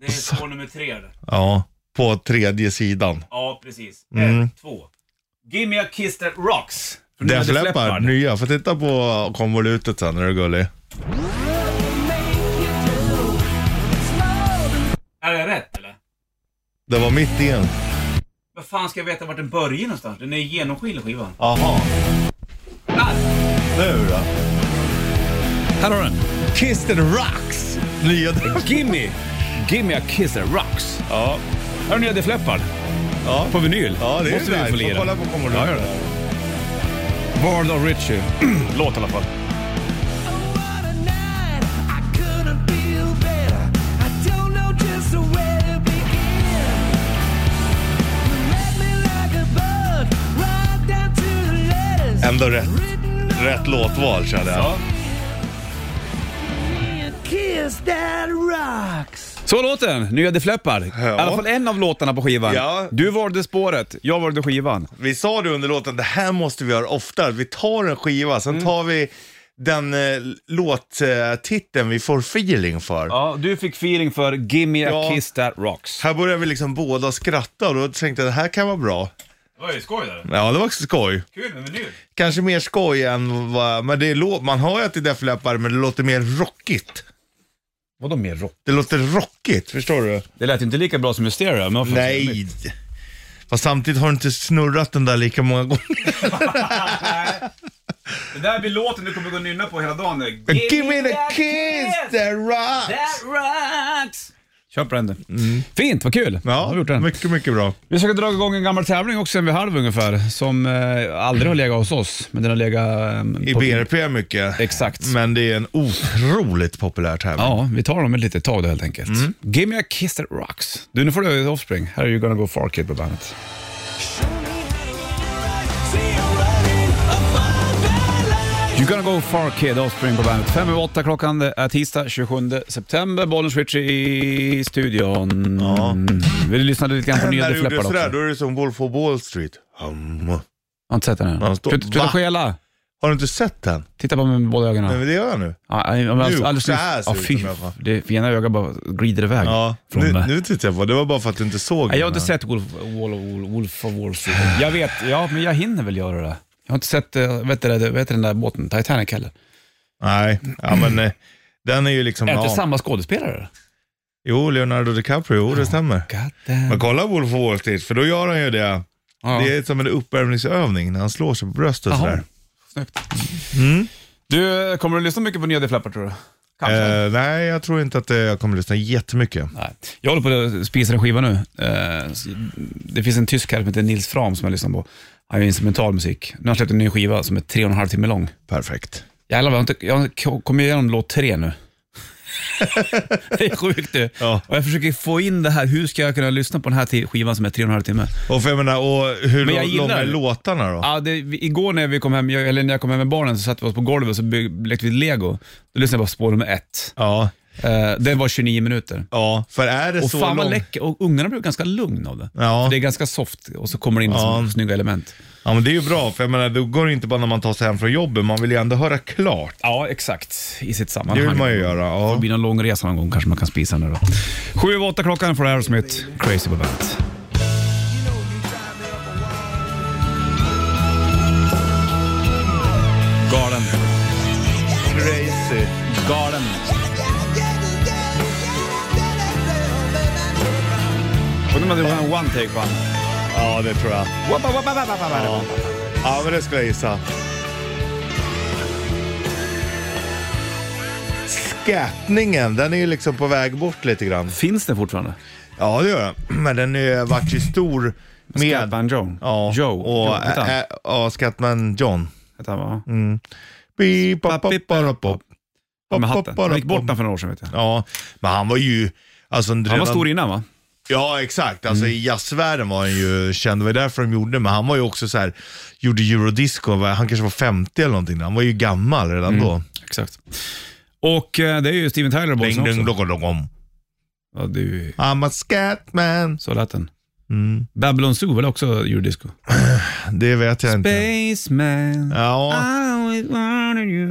[SPEAKER 6] Det är spår nummer tre. där.
[SPEAKER 3] Ja, på tredje sidan.
[SPEAKER 6] Ja, precis.
[SPEAKER 3] Mm.
[SPEAKER 6] Ett, två. Give me a kiss that rocks. För nu är
[SPEAKER 3] Def
[SPEAKER 6] det
[SPEAKER 3] Leppard,
[SPEAKER 6] Leppard.
[SPEAKER 3] nya. Får titta på konvolutet sen, är du gullig?
[SPEAKER 6] Är det rätt eller?
[SPEAKER 3] Det var mitt i en.
[SPEAKER 6] Vad fan ska jag veta vart den börjar någonstans? Den är genomskinlig skivan.
[SPEAKER 3] Jaha. Nu då?
[SPEAKER 2] Här har du den.
[SPEAKER 3] Kiss the Rocks! Nya
[SPEAKER 2] Gimme, gimme a kiss that rocks.
[SPEAKER 3] Ja.
[SPEAKER 2] Här är nya Def Leppard.
[SPEAKER 3] Ja.
[SPEAKER 2] På vinyl.
[SPEAKER 3] Ja, det är
[SPEAKER 2] Måste
[SPEAKER 3] nice.
[SPEAKER 2] vi få
[SPEAKER 3] Får
[SPEAKER 2] lira.
[SPEAKER 3] kolla på konvolutet.
[SPEAKER 2] Ja, gör det. Bard of Ritchie. Låt i alla fall.
[SPEAKER 3] Ändå rätt, rätt låtval kände jag.
[SPEAKER 4] Kiss that rocks.
[SPEAKER 2] Så låter den, Nya Def Leppard. I alla fall en av låtarna på skivan.
[SPEAKER 3] Ja.
[SPEAKER 2] Du valde spåret, jag valde skivan.
[SPEAKER 3] Vi sa det under låten, det här måste vi göra oftare. Vi tar en skiva, sen tar vi den eh, låttiteln vi får feeling för.
[SPEAKER 2] Ja, du fick feeling för Gimme a
[SPEAKER 3] Ja.
[SPEAKER 2] kiss that rocks.
[SPEAKER 3] Här började vi liksom båda skratta och då tänkte jag det här kan vara bra.
[SPEAKER 6] Det var ju skoj där.
[SPEAKER 3] Ja, det var också skoj.
[SPEAKER 6] Kul med vinyl.
[SPEAKER 3] Kanske mer skoj än vad, men det är lå- man hör ju att det är Def Leppard, men det låter mer rockigt.
[SPEAKER 2] Vadå mer rock?
[SPEAKER 3] Det låter rockigt, förstår du?
[SPEAKER 2] Det lät ju inte lika bra som Mysteria. Men vad fan-
[SPEAKER 3] Nej. Fast samtidigt har du inte snurrat den där lika många gånger.
[SPEAKER 2] Det där blir låten du kommer gå och nynna på hela dagen.
[SPEAKER 3] Give me the kiss, the rock!
[SPEAKER 2] rocks! Kör på den du. Fint, vad kul. Då har vi gjort
[SPEAKER 3] Mm. Ja,
[SPEAKER 2] den.
[SPEAKER 3] mycket, mycket bra.
[SPEAKER 2] Vi ska dra igång en gammal tävling också, en vid halv ungefär, som eh, aldrig har legat hos oss, men den har legat... Eh,
[SPEAKER 3] I Mm.
[SPEAKER 2] på-
[SPEAKER 3] BRP mycket.
[SPEAKER 2] Exakt.
[SPEAKER 3] Men det är en otroligt populär tävling.
[SPEAKER 2] Ja, vi tar dem ett litet tag då helt enkelt.
[SPEAKER 3] Mm.
[SPEAKER 2] Give me a kiss that rocks. Du, nu får du Offspring. Här är You gonna go far kid på bandet. You gonna go far kid, Offspring på bandet. Fem över åtta klockan, det är tisdag 27 september. Bollen switch i studion.
[SPEAKER 3] Ja.
[SPEAKER 2] Vi lyssnade lite grann på nya
[SPEAKER 3] När du
[SPEAKER 2] Def
[SPEAKER 3] gjorde
[SPEAKER 2] Leppard också.
[SPEAKER 3] sådär,
[SPEAKER 2] Jag
[SPEAKER 3] då är det som Wolf of Wall Street. Hum.
[SPEAKER 2] har inte sett den än.
[SPEAKER 3] Han står-
[SPEAKER 2] Sluta
[SPEAKER 3] Va?
[SPEAKER 2] stjäla.
[SPEAKER 3] Har du inte sett den?
[SPEAKER 2] Titta på mig med båda ögonen.
[SPEAKER 3] Nej, men det gör jag nu.
[SPEAKER 2] Ja, nej, men alltså,
[SPEAKER 3] Nu,
[SPEAKER 2] alldeles
[SPEAKER 3] så
[SPEAKER 2] nyss-
[SPEAKER 3] här ser
[SPEAKER 2] ja,
[SPEAKER 3] det ut
[SPEAKER 2] fy,
[SPEAKER 3] i alla fall.
[SPEAKER 2] det ena ögat bara glider iväg.
[SPEAKER 3] Ja,
[SPEAKER 2] från
[SPEAKER 3] nu,
[SPEAKER 2] mig.
[SPEAKER 3] nu tittar jag på det. Det var bara för att du inte såg
[SPEAKER 2] Nej, jag har
[SPEAKER 3] den
[SPEAKER 2] inte
[SPEAKER 3] här.
[SPEAKER 2] sett Wolf, Wall, Wall, Wolf of Wall Street. Jag vet, ja, men jag hinner väl göra det. Jag har inte sett, eh, vet du, det- vet du den där båten, Titanic heller.
[SPEAKER 3] Nej, ja, men eh, den är ju liksom...
[SPEAKER 2] Är det inte
[SPEAKER 3] Ja.
[SPEAKER 2] samma skådespelare?
[SPEAKER 3] Jo, Leonardo DiCaprio, jo, det stämmer.
[SPEAKER 2] God
[SPEAKER 3] Men
[SPEAKER 2] damn.
[SPEAKER 3] kolla Wolf of Wall Street, för då gör han ju det.
[SPEAKER 2] Mm. Ja.
[SPEAKER 3] Det är som en uppvärmningsövning när han slår sig på bröstet
[SPEAKER 2] Jaha.
[SPEAKER 3] sådär.
[SPEAKER 2] Snyggt. Du, kommer du lyssna mycket på nya Def Leppard tror du? Kanske.
[SPEAKER 3] Eh, nej, jag tror inte att eh, jag kommer lyssna jättemycket.
[SPEAKER 2] Nej. Jag håller på att spisa en skiva nu. Eh, s- Det finns en tysk herre som heter Nils Fram som jag lyssnar på. Han gör instrumental musik. Nu har han släppt en ny skiva som är tre och en halv timme lång.
[SPEAKER 3] Perfekt.
[SPEAKER 2] Jävlar, jag har inte- jag har k- kommit igenom låt tre nu. det är sjukt du.
[SPEAKER 3] Ja.
[SPEAKER 2] Och jag försöker få in det här, hur ska jag kunna lyssna på den här ti- skivan som är tre och en halv timme?
[SPEAKER 3] Och, för jag menar, och hur
[SPEAKER 2] Men jag
[SPEAKER 3] lå-
[SPEAKER 2] gillar
[SPEAKER 3] långa är
[SPEAKER 2] det.
[SPEAKER 3] låtarna då?
[SPEAKER 2] Ja, det, vi- igår när, vi kom hem, jag, eller när jag kom hem med barnen så satte vi oss på golvet och så bygg, lekte vi lego. Då lyssnade jag på spår nummer ett.
[SPEAKER 3] Ja,
[SPEAKER 2] Eh, den var 29 minuter.
[SPEAKER 3] ja. för är det
[SPEAKER 2] Och
[SPEAKER 3] så
[SPEAKER 2] fan vad
[SPEAKER 3] lång-
[SPEAKER 2] läcker. Och ungarna blev ganska lugna av det.
[SPEAKER 3] Ja.
[SPEAKER 2] För det är ganska soft och så kommer det in som snygga element.
[SPEAKER 3] Ja, men det är ju bra, för jag menar, då går det inte bara när man tar sig hem från jobbet, man vill ju ändå höra klart.
[SPEAKER 2] Ja, exakt. I sitt
[SPEAKER 3] Det
[SPEAKER 2] sammanhang.
[SPEAKER 3] vill man ju göra.
[SPEAKER 2] Om
[SPEAKER 3] Ja.
[SPEAKER 2] det blir någon lång resa någon gång kanske man kan spisa den där då. Sju över åtta klockan för Aerosmith, Crazy på bandet. Galen,
[SPEAKER 3] Crazy.
[SPEAKER 2] galen. Undrar om det var en one take va?
[SPEAKER 3] Ja, det tror jag. Ja, ja men det skulle jag gissa. Skattningen, den är ju liksom på väg bort lite grann.
[SPEAKER 2] Finns den fortfarande?
[SPEAKER 3] Ja, det gör den. Men den är- vart ju stor med...
[SPEAKER 2] Scatman Joe.
[SPEAKER 3] Ja,
[SPEAKER 2] Joe.
[SPEAKER 3] och, eh,
[SPEAKER 2] Joe, hette han?
[SPEAKER 3] ä, ä, ja, Scatman John. Mm.
[SPEAKER 2] Hette han va?
[SPEAKER 3] Beep, pop, pop, pop, pop.
[SPEAKER 2] Ja, med hatten. Han gick bort
[SPEAKER 3] pop.
[SPEAKER 2] den för några år sedan vet jag.
[SPEAKER 3] Ja, men han var ju... Alltså,
[SPEAKER 2] Han var
[SPEAKER 3] redan-
[SPEAKER 2] stor Mm. innan va?
[SPEAKER 3] Ja, exakt. Alltså i jazzvärlden var han ju känd. Det var ju därför de gjorde det. Men han var ju också så här, gjorde eurodisco. var- Han kanske var 50 eller någonting. Han var ju gammal redan
[SPEAKER 2] Mm.
[SPEAKER 3] då.
[SPEAKER 2] Exakt. Och eh, det är ju Steven Tyler och
[SPEAKER 3] Ding,
[SPEAKER 2] boysen
[SPEAKER 3] ding,
[SPEAKER 2] också.
[SPEAKER 3] dong, dong, dong.
[SPEAKER 2] Ja, det är ju...
[SPEAKER 3] I'm a scatman.
[SPEAKER 2] Så lät den.
[SPEAKER 3] Mm.
[SPEAKER 2] Babylon Zoo var det också eurodisco?
[SPEAKER 3] Det vet jag inte.
[SPEAKER 2] Baseman.
[SPEAKER 3] Ja.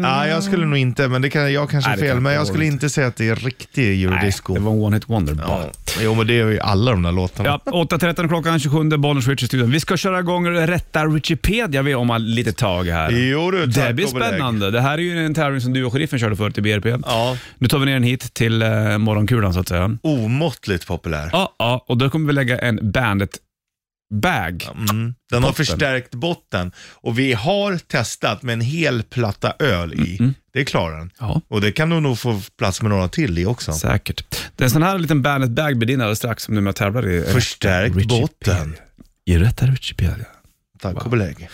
[SPEAKER 3] ja, jag skulle nog inte, men det kan, jag kanske
[SPEAKER 2] Nej,
[SPEAKER 3] har
[SPEAKER 2] det
[SPEAKER 3] fel.
[SPEAKER 2] kan
[SPEAKER 3] Men
[SPEAKER 2] jag
[SPEAKER 3] jag skulle
[SPEAKER 2] inte.
[SPEAKER 3] inte säga att det är riktig eurodisco.
[SPEAKER 2] Det var en one-hit wonder.
[SPEAKER 3] ja. Jo, men det är ju alla de där låtarna.
[SPEAKER 2] Ja, 8.13 klockan 27, Bollnäs Richie studion. Vi ska köra igång rätta Wikipedia vi om ett litet tag här.
[SPEAKER 3] Jo du, tack
[SPEAKER 2] det blir
[SPEAKER 3] och belägg.
[SPEAKER 2] spännande. Det här är ju en tävling som du och sheriffen körde förut i BRP.
[SPEAKER 3] Ja.
[SPEAKER 2] Nu tar vi ner den hit till eh, morgonkulan så att säga.
[SPEAKER 3] Omåttligt populär.
[SPEAKER 2] Ja, ja, och då kommer vi lägga en Bandet-bag.
[SPEAKER 3] Mm. Den har förstärkt botten och vi har testat med en hel platta öl i. Det klarar den.
[SPEAKER 2] Ja.
[SPEAKER 3] Och det kan du nog få plats med några till i också.
[SPEAKER 2] Säkert. Det är en sån här liten Bandet-bag blir din alldeles strax om du är med och tävlar i...
[SPEAKER 3] Förstärkt
[SPEAKER 2] Richie
[SPEAKER 3] botten.
[SPEAKER 2] I rätta Wikipedia.
[SPEAKER 3] Tack och belägg.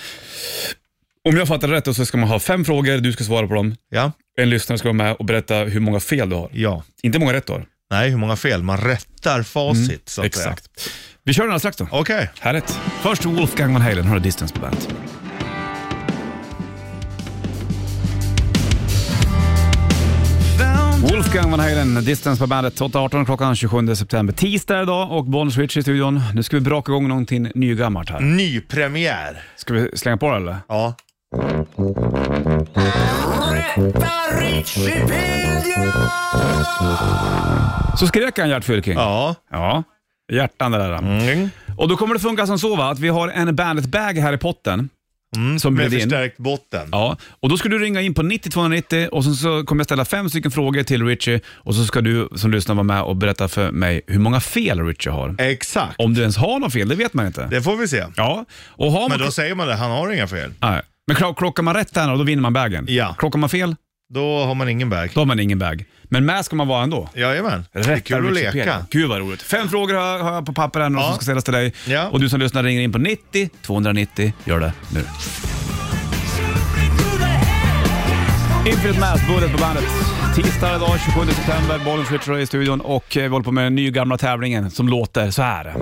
[SPEAKER 2] Om jag fattar rätt då så ska man ha fem frågor, du ska svara på dem.
[SPEAKER 3] Ja,
[SPEAKER 2] En lyssnare ska vara med och berätta hur många fel du har.
[SPEAKER 3] ja.
[SPEAKER 2] Inte hur många rätt du har.
[SPEAKER 3] Nej, hur många fel? Man rättar facit så att säga.
[SPEAKER 2] Exakt. Vi kör den alldeles strax då.
[SPEAKER 3] Okej.
[SPEAKER 2] Härligt. Först Wolfgang Van Halen, har du Distance på bandet. Wolfgang Van Halen, Distance på bandet. 8.18 klockan 27 september. Tisdag idag och Bonus Rich i studion. Nu ska vi braka igång någonting nygammalt här.
[SPEAKER 3] Nypremiär.
[SPEAKER 2] Ska vi slänga på det eller?
[SPEAKER 3] Ja.
[SPEAKER 2] Så skrek han Gert Fylking.
[SPEAKER 3] Ja.
[SPEAKER 2] ja. Hjärtan det där.
[SPEAKER 3] Mm.
[SPEAKER 2] Och då kommer det funka som så va, att vi har en Bandet-bag här i potten. som
[SPEAKER 3] Mm. Med
[SPEAKER 2] blir din.
[SPEAKER 3] förstärkt botten.
[SPEAKER 2] Ja, och då ska du ringa in på 9290 och sen så kommer jag ställa fem stycken frågor till Richie och så ska du som lyssnar vara med och berätta för mig hur många fel Richie har.
[SPEAKER 3] Exakt.
[SPEAKER 2] Om du ens har några fel, det vet man inte.
[SPEAKER 3] Det får vi se.
[SPEAKER 2] Ja, och har man...
[SPEAKER 3] Men då säger man det, han har inga fel.
[SPEAKER 2] Nej. Men klo- klockar man rätt här nu, då vinner man bagen.
[SPEAKER 3] Ja.
[SPEAKER 2] Klockar man fel,
[SPEAKER 3] Då har man ingen bag.
[SPEAKER 2] då har man ingen bag. Men med ska man vara ändå.
[SPEAKER 3] Jajamän. Det är kul att
[SPEAKER 2] Richie Peter.
[SPEAKER 3] leka.
[SPEAKER 2] Gud vad roligt. Fem frågor har har jag på papper här nu
[SPEAKER 3] Ja.
[SPEAKER 2] som ska ställas till dig.
[SPEAKER 3] Ja.
[SPEAKER 2] Och du som lyssnar ringer in på 90 290. Gör det nu. Infinite Mass, Bullet på bandet. Tisdag idag, 27 september, Bollen Switcher i studion och eh, vi håller på med den nya gamla tävlingen som låter så här.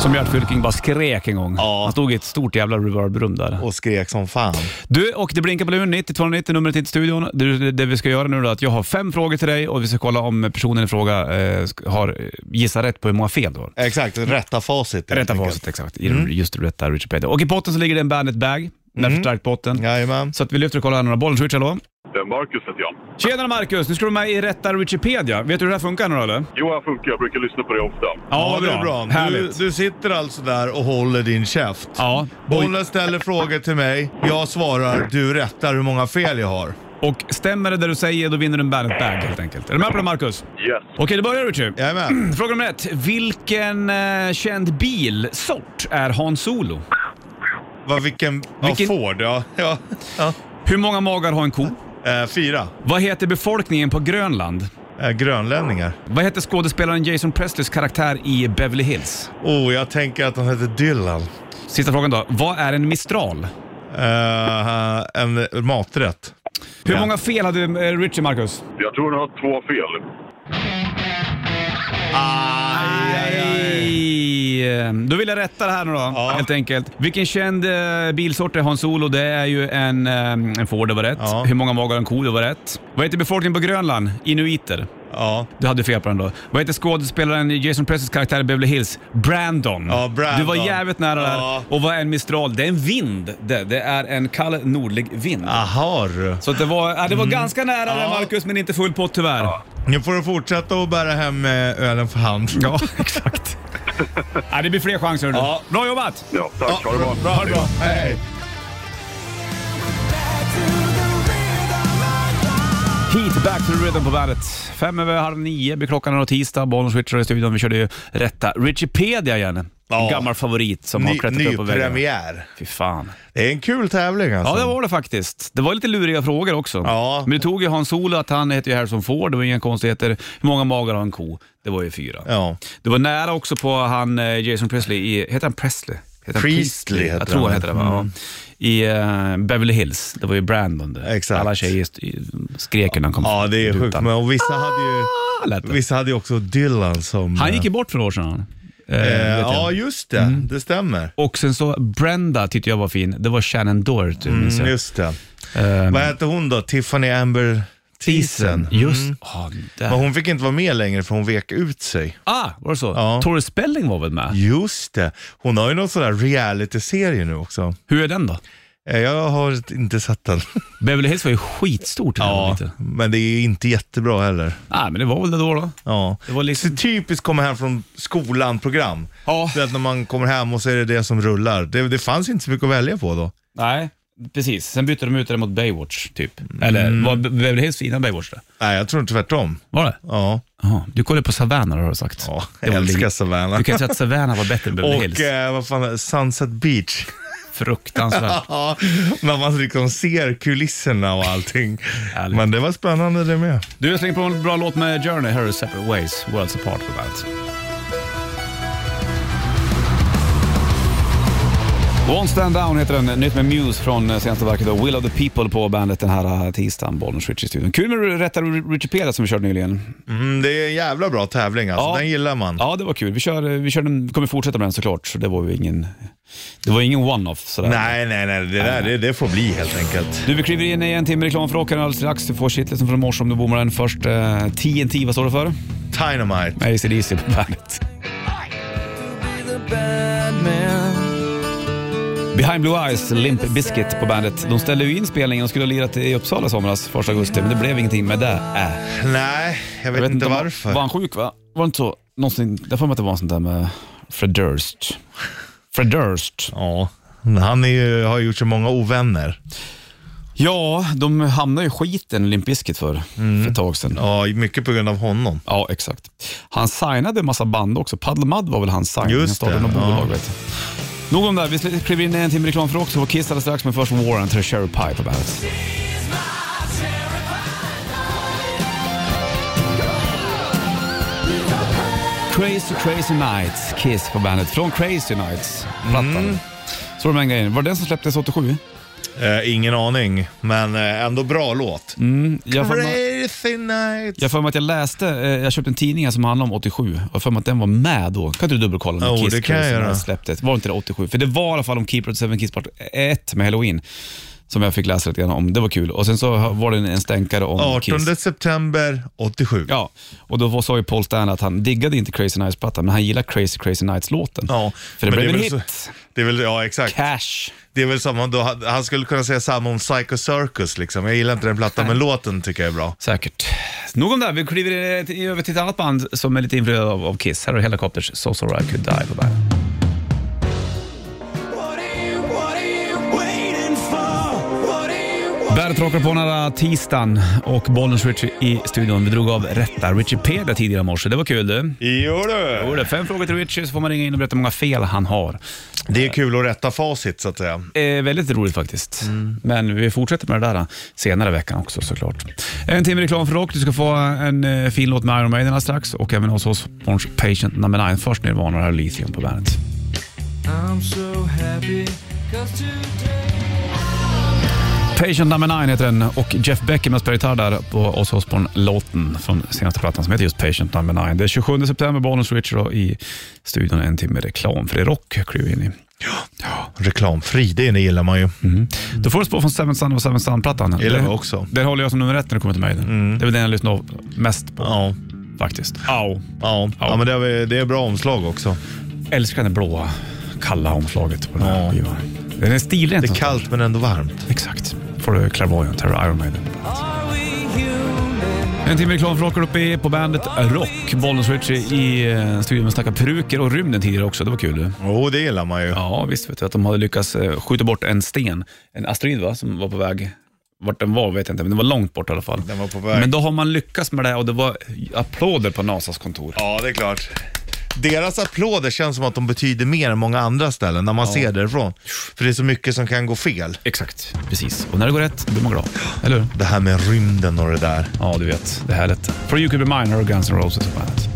[SPEAKER 2] Som Gert Fylking bara skrek en gång.
[SPEAKER 3] Ja.
[SPEAKER 2] Han stod i ett stort jävla reverbrum där.
[SPEAKER 3] Och skrek som fan.
[SPEAKER 2] Du, och det blinkar på luren 90 290 numret till studion. Det, det vi ska göra nu då är att jag har fem frågor till dig och vi ska kolla om personen i fråga eh, sk- har eh, gissat rätt på hur många fel du har.
[SPEAKER 3] Exakt, rätta facit. helt
[SPEAKER 2] Rätta
[SPEAKER 3] enkelt.
[SPEAKER 2] facit, exakt. I
[SPEAKER 3] Mm.
[SPEAKER 2] den- Just det, rätta Wikipedia. Och i potten så ligger det en Bandet Bag med förstärkt botten.
[SPEAKER 3] Jajamän.
[SPEAKER 2] Så att vi lyfter och kollar några bollen. Switch, hallå.
[SPEAKER 7] Det är Marcus heter jag.
[SPEAKER 2] Tjenare Marcus, nu ska du med i rätta Wikipedia. Vet du hur det här funkar nu då eller?
[SPEAKER 7] Jo, jag funkar. Jag brukar lyssna på det ofta.
[SPEAKER 3] Ja, det är bra. Du,
[SPEAKER 2] Härligt.
[SPEAKER 3] du sitter alltså där och håller din käft.
[SPEAKER 2] Ja, och,
[SPEAKER 3] Bollen ställer frågor till mig, jag svarar, du rättar hur många fel jag har.
[SPEAKER 2] och stämmer det där du säger, då vinner du en Bandet Bag helt enkelt. Är du med på det Marcus?
[SPEAKER 7] Yes.
[SPEAKER 2] Okej, det börjar Richie.
[SPEAKER 3] Jajamän.
[SPEAKER 2] Fråga nummer ett. Vilken eh, känd bilsort är Hans Solo?
[SPEAKER 3] Va, vilken... Ja,
[SPEAKER 2] Vilken-
[SPEAKER 3] Ford. Ja, ja. ja.
[SPEAKER 2] Hur många magar har en ko?
[SPEAKER 3] Eh, fyra.
[SPEAKER 2] Vad heter befolkningen på Grönland?
[SPEAKER 3] Eh, grönlänningar.
[SPEAKER 2] Vad heter skådespelaren Jason Presleys karaktär i Beverly Hills?
[SPEAKER 3] Oh, jag tänker att han heter Dylan.
[SPEAKER 2] Sista frågan då. Vad är en mistral?
[SPEAKER 3] Eh, en maträtt.
[SPEAKER 2] Hur
[SPEAKER 3] Ja.
[SPEAKER 2] många fel hade eh, Richie, Marcus?
[SPEAKER 7] Jag tror du har två fel.
[SPEAKER 2] Nej. Då vill jag rätta det här nu då,
[SPEAKER 3] Ja.
[SPEAKER 2] helt enkelt. Vilken känd eh, bilsort är Hans Olo? Det är ju en, eh, en Ford, det var rätt.
[SPEAKER 3] Ja.
[SPEAKER 2] Hur många magar har en ko? Det var rätt. Vad heter befolkningen på Grönland? Inuiter.
[SPEAKER 3] Ja.
[SPEAKER 2] Du hade fel på den då. Vad heter skådespelaren i Jason Presleys karaktär i Beverly Hills? Brandon.
[SPEAKER 3] Ja, Brandon.
[SPEAKER 2] Du var jävligt nära
[SPEAKER 3] Ja.
[SPEAKER 2] där. Och vad är en mistral? Det är en vind. Det, det är en kall nordlig vind.
[SPEAKER 3] Aha du.
[SPEAKER 2] Så att det var, ja, det var ganska nära där
[SPEAKER 3] Mm. Ja.
[SPEAKER 2] Marcus, men inte full pott tyvärr. Ja,
[SPEAKER 3] Nu får du fortsätta att bära hem eh, ölen för hand. Ja.
[SPEAKER 2] exakt. ja, det blir fler chanser nu.
[SPEAKER 3] Ja.
[SPEAKER 2] Bra jobbat!
[SPEAKER 7] Ja, tack. ha det bra.
[SPEAKER 3] Bra, bra. Hej.
[SPEAKER 2] Heat back to the rhythm på bandet. Fem över halv nio blir klockan och tisdag. Bollen switchar i studion. Vi körde ju rätta Richipedia igen.
[SPEAKER 3] Ja.
[SPEAKER 2] Gammal favorit som har
[SPEAKER 3] Ny,
[SPEAKER 2] klättrat
[SPEAKER 3] ny
[SPEAKER 2] upp på väggen.
[SPEAKER 3] premiär.
[SPEAKER 2] Fy fan.
[SPEAKER 3] Det är en kul tävling alltså.
[SPEAKER 2] Ja, det var det faktiskt. Det var lite luriga frågor också.
[SPEAKER 3] Ja.
[SPEAKER 2] Men det tog ju Hans Olo att han heter ju Harrison Ford, det var inga konstigheter. Hur många magar har en ko? Det var ju fyra.
[SPEAKER 3] Ja.
[SPEAKER 2] Det var nära också på han eh, Jason Presley i, heter han Presley? Heter han
[SPEAKER 3] Priestley heter
[SPEAKER 2] Jag tror han
[SPEAKER 3] han. Mm.
[SPEAKER 2] heter det va? Ja. I eh, Beverly Hills, det var ju Brandon där.
[SPEAKER 3] Exakt.
[SPEAKER 2] Alla tjejer st- skrek när han kom
[SPEAKER 3] Ja, det är
[SPEAKER 2] ut
[SPEAKER 3] sjukt.
[SPEAKER 2] utan.
[SPEAKER 3] Men och vissa, hade ju,
[SPEAKER 2] Ah, lät det.
[SPEAKER 3] vissa hade ju också Dylan som...
[SPEAKER 2] Han gick ju bort för några år sedan. Eh,
[SPEAKER 3] eh,
[SPEAKER 2] vet jag. Mm.
[SPEAKER 3] Ja, just det. Det stämmer.
[SPEAKER 2] Och sen så Brenda tyckte jag var fin. Det var Shannon Doherty, minns jag.
[SPEAKER 3] Mm, just det.
[SPEAKER 2] Eh,
[SPEAKER 3] Vad hette hon då? Tiffany Amber Thiessen.
[SPEAKER 2] Just ah, där.
[SPEAKER 3] Men hon fick inte vara med längre för hon vek ut sig.
[SPEAKER 2] Ah, var det så?
[SPEAKER 3] Ja.
[SPEAKER 2] Tori Spelling var väl med?
[SPEAKER 3] Just det. Hon har ju någon sån där reality-serie nu också.
[SPEAKER 2] Hur är den då?
[SPEAKER 3] Eh, Jag har inte sett den.
[SPEAKER 2] Beverly Hills var ju skitstort. Ja. Lite.
[SPEAKER 3] men det är ju inte jättebra heller.
[SPEAKER 2] Ah, men det var väl det då. då.
[SPEAKER 3] Ja.
[SPEAKER 2] Det var liksom-
[SPEAKER 3] Så typiskt komma hem från skolan-program.
[SPEAKER 2] Ja.
[SPEAKER 3] Du vet när man kommer hem och så är det det som rullar. Det, det fanns inte så mycket att välja på då.
[SPEAKER 2] Nej, precis. Sen bytte de ut det mot Baywatch, typ.
[SPEAKER 3] Mm.
[SPEAKER 2] Eller var Be- Beverly Hills innan Baywatch det?
[SPEAKER 3] Nej, jag tror tvärtom.
[SPEAKER 2] Var det?
[SPEAKER 3] Ja,
[SPEAKER 2] Aha. Du kollade på Savannah har du sagt.
[SPEAKER 3] ja
[SPEAKER 2] Det var
[SPEAKER 3] jag älskar
[SPEAKER 2] lite-
[SPEAKER 3] Savannah.
[SPEAKER 2] Du kan ju säga att Savannah var bättre än Beverly Hills.
[SPEAKER 3] Och eh, vad fan, Sunset Beach.
[SPEAKER 2] Fruktansvärt.
[SPEAKER 3] Ja, när man liksom ser kulisserna och allting.
[SPEAKER 2] Härligt.
[SPEAKER 3] Men det var spännande det med.
[SPEAKER 2] Du, jag slänger på en bra låt med Journey. Här är Separate Ways, Worlds Apart på bandet. One Stand Down heter den, nytt med Muse från eh, senaste verket då. Will of the People på bandet den här eh, tisdagen, Bollnäs Rich i studion. Kul med Rätta Richie Peda som vi körde nyligen.
[SPEAKER 3] Mm, det är en jävla bra tävling alltså. Den gillar man.
[SPEAKER 2] Ja, det var kul. Vi, kör, eh, vi kör den, kommer fortsätta med den såklart, så det var ju ingen, det var ingen one-off sådär.
[SPEAKER 3] Nej, nej, nej. Det där det, det får bli helt enkelt.
[SPEAKER 2] Du, vi kliver in i en timme reklam för åkaren alldeles strax. Du får shitlisten från morse om du bommar den först. Eh, TNT, vad står det för?
[SPEAKER 3] Dynamite.
[SPEAKER 2] Nej, ACDC på bandet. Behind Blue Eyes, Limp Bizkit på bandet. De ställde ju in spelningen och skulle ha lirat i Uppsala i somras, 1 augusti, men det blev ingenting med det. Äh.
[SPEAKER 3] Nej, jag vet, inte
[SPEAKER 2] om-
[SPEAKER 3] varför.
[SPEAKER 2] Var han sjuk va? Var det inte så? Någonsin, jag har för mig att det var en sån där med Fred Durst. Fred Durst.
[SPEAKER 3] Ja, men han är ju, har gjort så många ovänner.
[SPEAKER 2] Ja, de hamnade ju i skiten Limp Bizkit för, för ett tag sedan. Ja.
[SPEAKER 3] Ja, mycket på grund av honom.
[SPEAKER 2] exakt. Han signade en massa band också. Paddle Mud var väl hans signing.
[SPEAKER 3] Just
[SPEAKER 2] han startade
[SPEAKER 3] det,
[SPEAKER 2] något
[SPEAKER 3] ja.
[SPEAKER 2] bolag vet du. Nog om det. här. Vi sl- kliver in i en timme reklam för också. Vår Kiss alldeles strax, men först Warren till Cherry Pie på bandet. Crazy Crazy Nights, Kiss på bandet. Från Crazy Nights, plattan.
[SPEAKER 3] Mm.
[SPEAKER 2] Så var det med en grej. Var det den som släpptes 87?
[SPEAKER 3] Eh, ingen aning, men eh, ändå bra låt.
[SPEAKER 2] Mm. Jag får-
[SPEAKER 3] Crazy night.
[SPEAKER 2] Jag har för mig att jag läste, eh, jag köpte en tidning här som handlade om 87 och jag har för mig att den var med då. Kan inte du dubbelkolla när
[SPEAKER 3] Jo,
[SPEAKER 2] Kiss
[SPEAKER 3] det kan jag
[SPEAKER 2] Crazy
[SPEAKER 3] göra.
[SPEAKER 2] Nights släpptes? Var inte det 87? För det var i alla fall om Keeper of the Seven Kiss Part 1 med Halloween som jag fick läsa lite grann om. Det var kul. Och sen så var det en stänkare om
[SPEAKER 3] 18
[SPEAKER 2] Kiss.
[SPEAKER 3] september 87.
[SPEAKER 2] Ja, och då var- sa ju Paul Stanley att han diggade inte Crazy Nights-plattan, men han gillade Crazy Crazy Nights-låten.
[SPEAKER 3] Ja,
[SPEAKER 2] För det
[SPEAKER 3] men
[SPEAKER 2] blev en
[SPEAKER 3] är
[SPEAKER 2] hit.
[SPEAKER 3] väl Så, det är väl, ja, exakt.
[SPEAKER 2] Cash.
[SPEAKER 3] Det är väl som om då, han skulle kunna säga samma om Psycho Circus. Liksom. Jag gillar inte den plattan, men låten tycker jag är bra.
[SPEAKER 2] Säkert. Nog om det. här. Vi kliver eh, till- över till ett annat band som är lite influerat av, av Kiss. Här har Helicopters So Sorry I Could Die på bandet.
[SPEAKER 5] What are you, what are you waiting for? What are you,
[SPEAKER 2] Bandet rockar på den här tisdagen och Bollnäs Richie i studion. Vi drog av rätta Richie Peder tidigare i morse. Det var kul du.
[SPEAKER 3] Jo
[SPEAKER 2] Då är
[SPEAKER 3] du.
[SPEAKER 2] det Fem frågor till Richie så får man ringa in och berätta hur många fel han har.
[SPEAKER 3] Det är kul att rätta facit så att säga.
[SPEAKER 2] Eh, väldigt roligt faktiskt. Men vi fortsätter med det där eh, senare i veckan också såklart. En timme reklam för rock. Du ska få en eh, fin låt med Iron Maiden alldeles strax och även hos oss, Orange Patient number 9. Först Nirvana och här är Lithium på bandet. Patient number 9 heter den och Jeff Beckham har spelat gitarr där på Ozzy Osbourne-låten från senaste plattan som heter just Patient number 9. Det är 27 september, Bonus Richard då i studion en timme reklam för det är rock klev vi in i.
[SPEAKER 3] Reklamfri, det gillar man ju.
[SPEAKER 2] Mm. Då får du spår från Seven Sun och Seven Sun-plattan.
[SPEAKER 3] Gillar
[SPEAKER 2] Det-
[SPEAKER 3] vi också. Mm.
[SPEAKER 2] Den håller jag som nummer ett när det kommer till mig. Det är väl den jag lyssnar mest på
[SPEAKER 3] Ja.
[SPEAKER 2] faktiskt. Au.
[SPEAKER 3] Ja,
[SPEAKER 2] Ja.
[SPEAKER 3] ja men det är, det är bra omslag också.
[SPEAKER 2] Älskar det blåa, kalla omslaget på den här
[SPEAKER 3] Ja.
[SPEAKER 2] skivan. Den är stilren.
[SPEAKER 3] Det är
[SPEAKER 2] som står.
[SPEAKER 3] kallt men ändå varmt.
[SPEAKER 2] Exakt. får du Clairvoyant, här Iron Maiden. En timme reklam för Rocker uppe på bandet Rock. Bollnäs Ritchie i eh, studion och snackade peruker och rymden tidigare också. Det var kul. du.
[SPEAKER 3] Jo, det gillar man ju.
[SPEAKER 2] Ja, visst vet du att de hade lyckats eh, skjuta bort en sten. En asteroid va, som var på väg. Vart den var vet jag inte, men den var långt bort i alla fall.
[SPEAKER 3] Den var på väg.
[SPEAKER 2] Men då har man lyckats med det och det var applåder på NASAs kontor.
[SPEAKER 3] Ja, det är klart. Deras applåder känns som att de betyder mer än många andra ställen när man ser därifrån. För det är så mycket som kan gå fel.
[SPEAKER 2] Exakt, precis. Och när det går rätt blir man glad. Eller hur?
[SPEAKER 3] Det här med rymden och det där.
[SPEAKER 2] Ja, du vet. Det är härligt. Från You Could Be Mine och Guns N' Roses på bandet.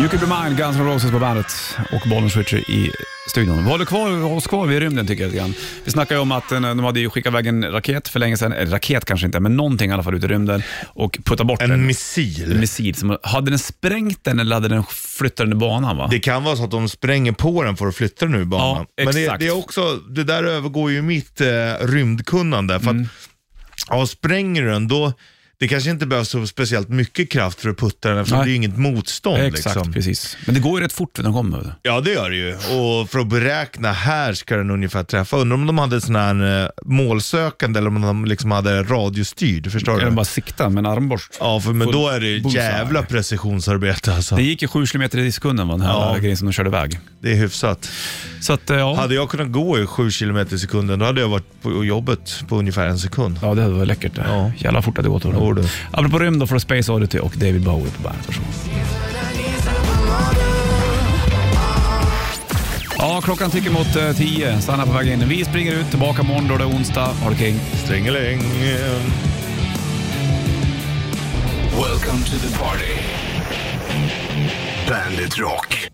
[SPEAKER 2] You Could Be Mine, Guns N' Roses på bandet och Bollen Switcher i studion. Vi håller kvar, oss kvar vid rymden tycker jag lite grann. Vi snackade ju om att eh, de hade ju skickat iväg en raket för länge sedan, eller raket kanske inte, men någonting i alla fall ut i rymden och puttat bort
[SPEAKER 3] En
[SPEAKER 2] den. En
[SPEAKER 3] missil.
[SPEAKER 2] missil. Som, hade den sprängt den eller hade den flyttat den i banan? Va?
[SPEAKER 3] Det kan vara så att de spränger på den för att flytta den ur banan.
[SPEAKER 2] Ja,
[SPEAKER 3] Men det,
[SPEAKER 2] exakt.
[SPEAKER 3] det, är också, det där övergår ju mitt eh, rymdkunnande. För
[SPEAKER 2] Mm.
[SPEAKER 3] att, ja, spränger du den då, det kanske inte behövs så speciellt mycket kraft för att putta den eftersom
[SPEAKER 2] Nej.
[SPEAKER 3] det är ju inget motstånd.
[SPEAKER 2] Exakt,
[SPEAKER 3] liksom.
[SPEAKER 2] precis. Men det går ju rätt fort när de kommer.
[SPEAKER 3] Ja, det gör det ju. Och för att beräkna, här ska den ungefär träffa. Undrar om de hade sån här eh, målsökande eller om de liksom hade radiostyrd. Förstår
[SPEAKER 2] Eller
[SPEAKER 3] du?
[SPEAKER 2] bara sikta med en armborst.
[SPEAKER 3] Ja, för, men
[SPEAKER 2] Full
[SPEAKER 3] då är det ju
[SPEAKER 2] bullseye.
[SPEAKER 3] jävla precisionsarbete alltså.
[SPEAKER 2] Det gick ju 7 km i sekunden var den här
[SPEAKER 3] Ja.
[SPEAKER 2] grejen som de körde iväg.
[SPEAKER 3] Det är hyfsat.
[SPEAKER 2] Så att, eh, ja.
[SPEAKER 3] Hade jag kunnat gå i 7 km i sekunden, då hade jag varit på jobbet på ungefär en sekund.
[SPEAKER 2] ja, det var läckert. det.
[SPEAKER 3] Ja.
[SPEAKER 2] Jävla fort att det gått.
[SPEAKER 3] Jo, du.
[SPEAKER 2] Apropå rymd då får du Space Oddity och David Bowie på bandet. Varsågod. Ja, klockan tickar mot eh, tio. Stanna på väg in. Vi springer ut, tillbaka imorgon då det är onsdag. Ha det king.
[SPEAKER 3] Stringeling. eh,
[SPEAKER 1] Welcome to the party. Bandit Rock.